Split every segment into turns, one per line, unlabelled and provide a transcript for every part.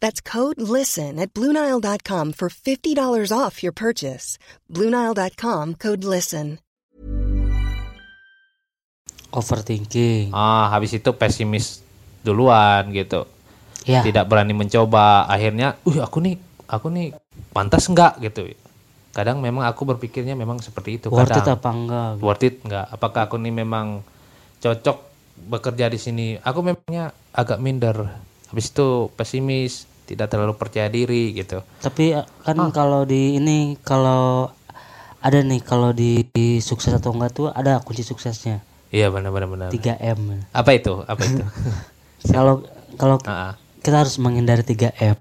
That's code LISTEN at Bluenile.com for $50 off your purchase. Bluenile.com code LISTEN.
overthinking
ah habis itu pesimis duluan gitu
ya
tidak berani mencoba akhirnya uh aku nih aku nih pantas nggak gitu kadang memang aku berpikirnya memang seperti itu
worth it
kadang.
apa enggak gitu.
worth it nggak apakah aku nih memang cocok bekerja di sini aku memangnya agak minder habis itu pesimis tidak terlalu percaya diri gitu
tapi eh, kan
Ah.
kalau di ini kalau ada nih kalau di, di sukses atau enggak tuh ada kunci suksesnya
iya benar benar benar
3M
apa itu apa itu
kalau kalau
Ah, ah.
kita harus menghindari 3M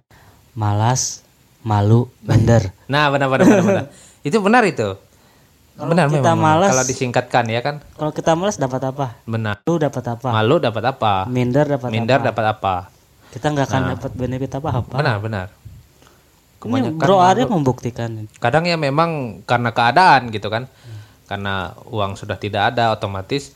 malas malu minder
nah benar benar benar benar itu benar itu
Kalau
benar
kita
memang, memang.
malas-
kalau disingkatkan ya kan
kalau kita malas dapat apa
benar
lu dapat apa
malu dapat apa
minder dapat
minder
apa
dapat apa
kita nggak akan
Nah.
dapat benefit apa apa
benar benar
ini
Kebanyakan
bro Arya
malu.
membuktikan
kadang ya memang karena keadaan gitu kan karena uang sudah tidak ada otomatis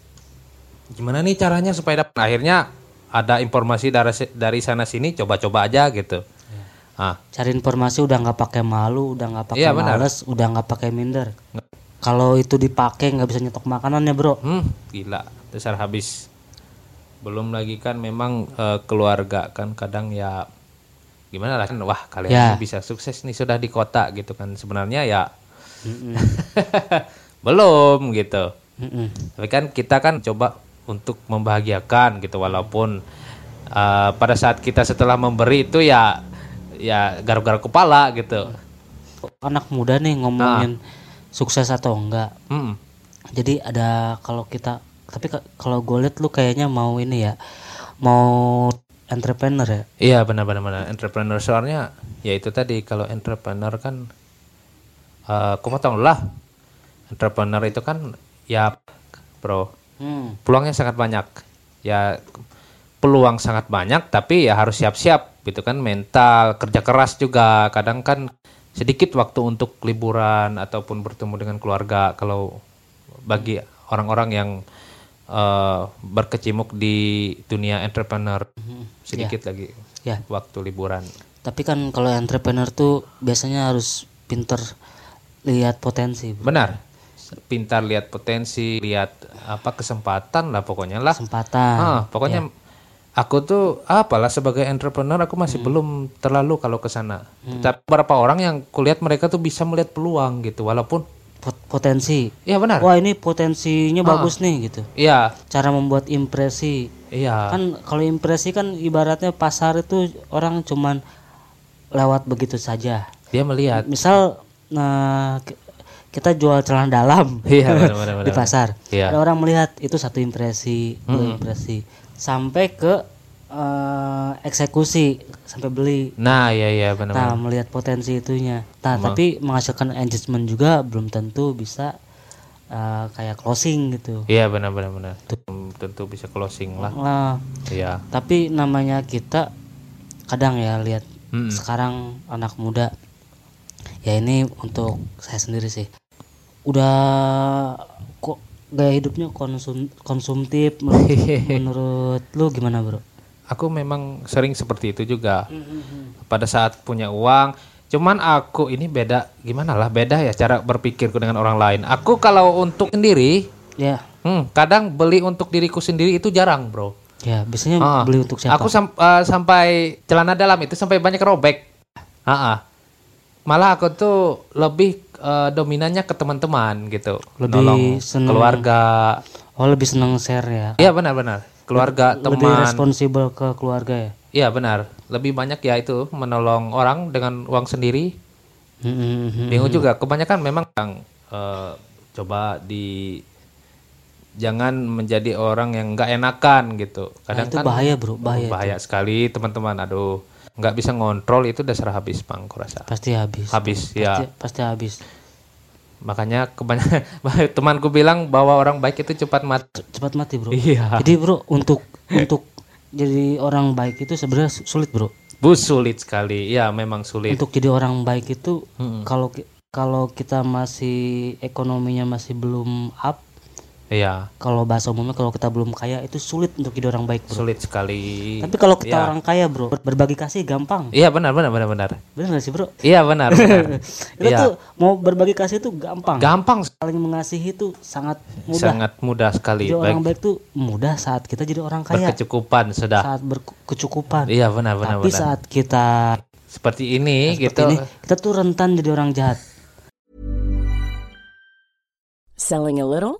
gimana nih caranya supaya dapat akhirnya ada informasi dari si- dari sana sini coba-coba aja gitu
Ya.
ah
cari informasi udah nggak pakai malu udah nggak pakai
Iya, benar.
malas udah nggak pakai minder kalau itu dipakai nggak bisa nyetok makanannya bro
hmm, gila besar habis belum lagi kan memang eh, keluarga kan kadang ya gimana lah kan wah kalian
Ya.
ini bisa sukses nih sudah di kota gitu kan sebenarnya ya belum gitu
Mm-mm.
Tapi kan kita kan coba untuk membahagiakan gitu walaupun uh, pada saat kita setelah memberi itu ya ya garuk-garuk kepala gitu.
anak muda nih ngomongin
Nah.
sukses atau enggak
Mm.
jadi ada kalau kita tapi ke- kalau gue lihat lu kayaknya mau ini ya mau entrepreneur ya
Iya benar-benar benar. entrepreneur soalnya ya itu tadi kalau entrepreneur kan eh kamu tahu lah entrepreneur itu kan ya bro
hmm.
peluangnya sangat banyak ya peluang sangat banyak tapi ya harus siap-siap gitu kan mental kerja keras juga kadang kan sedikit waktu untuk liburan ataupun bertemu dengan keluarga kalau bagi orang-orang yang eh, berkecimuk di dunia entrepreneur sedikit lagi
Mm-hmm. Ya.
waktu liburan
tapi kan kalau entrepreneur tuh biasanya harus pinter lihat potensi bro.
benar pintar lihat potensi lihat apa kesempatan lah pokoknya lah
kesempatan Ya,
Ah, pokoknya aku tuh apalah sebagai entrepreneur aku masih
Hmm.
belum terlalu kalau ke sana. Tapi beberapa orang yang kulihat mereka tuh bisa melihat peluang gitu walaupun
Pot- potensi
iya benar. Ah.
wah ini potensinya bagus nih gitu
Iya,
cara membuat impresi
iya.
kan kalau impresi kan ibaratnya pasar itu orang cuman lewat begitu saja
Dia melihat.
misal nah, ki- kita jual celana dalam
Iya, benar, benar, benar.
di pasar
Iya.
ada orang melihat itu satu impresi dua impresi sampai ke eh, eksekusi sampai beli
Nah, iya iya benar.
nah
benar.
melihat potensi itunya nah tapi menghasilkan engagement juga belum tentu bisa eh, kayak closing gitu
Iya benar benar benar. Hmm, Tentu bisa closing lah.
Nah,
Iya.
tapi namanya kita kadang ya lihat
Mm-mm.
sekarang anak muda ya ini untuk saya sendiri sih udah gaya hidupnya konsum konsumtif menurut, menurut lu gimana bro?
aku memang sering seperti itu juga
Hmm,
pada saat punya uang cuman aku ini beda gimana lah beda ya cara berpikirku dengan orang lain aku kalau untuk sendiri
Ya,
hmm, kadang beli untuk diriku sendiri itu jarang bro
ya biasanya
Ah,
beli untuk siapa?
aku sam- eh, sampai celana dalam itu sampai banyak robek Ah, ah. malah aku tuh lebih eh, dominannya ke teman-teman gitu
Lebih
nolong
seneng.
keluarga
oh lebih senang share ya.
iya benar-benar keluarga
Lebih
teman
responsibel ke keluarga ya.
Iya benar, lebih banyak ya itu menolong orang dengan uang sendiri.
Mm-mm.
Bingung juga, kebanyakan memang yang eh, coba di jangan menjadi orang yang nggak enakan gitu.
Ah,
Kadang
itu
kan
bahaya, bro, bahaya itu.
sekali teman-teman. Aduh, nggak bisa ngontrol itu dasar habis pang kurasa.
Pasti habis.
Habis
Pasti,
ya.
pasti habis.
Makanya kebanyakan temanku bilang bahwa orang baik itu cepat mati.
Cepat mati bro.
Iya.
Jadi bro untuk untuk jadi orang baik itu sebenarnya su- sulit bro.
Bu sulit sekali. Iya, memang sulit.
Untuk jadi orang baik itu kalau ki- kalau kita masih ekonominya masih belum up,
Iya,
kalau bahasa umumnya kalau kita belum kaya itu sulit untuk jadi orang baik bro.
sulit sekali.
Tapi kalau kita
Iya.
orang kaya bro, ber- berbagi kasih gampang.
Iya benar benar benar benar.
Bener gak sih bro?
Iya benar. benar. Iya.
Itu tuh mau berbagi kasih itu gampang.
gampang
Saling mengasihi itu sangat mudah.
sangat mudah sekali
Jadi
baik
orang baik tuh mudah saat kita jadi orang kaya.
berkecukupan sudah
saat berkecukupan.
iya benar benar
Tapi
benar.
saat kita
seperti ini
Nah, seperti
gitu
ini, kita tuh rentan jadi orang jahat.
Selling a little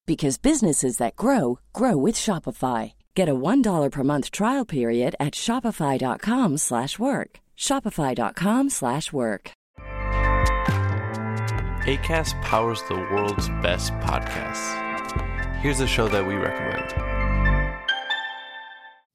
because businesses that grow grow with Shopify. Get a $1 per month trial period at shopify.com/work. slash work. shopify.com/work. slash work.
ACAST powers the world's best podcasts. Here's a show that we recommend.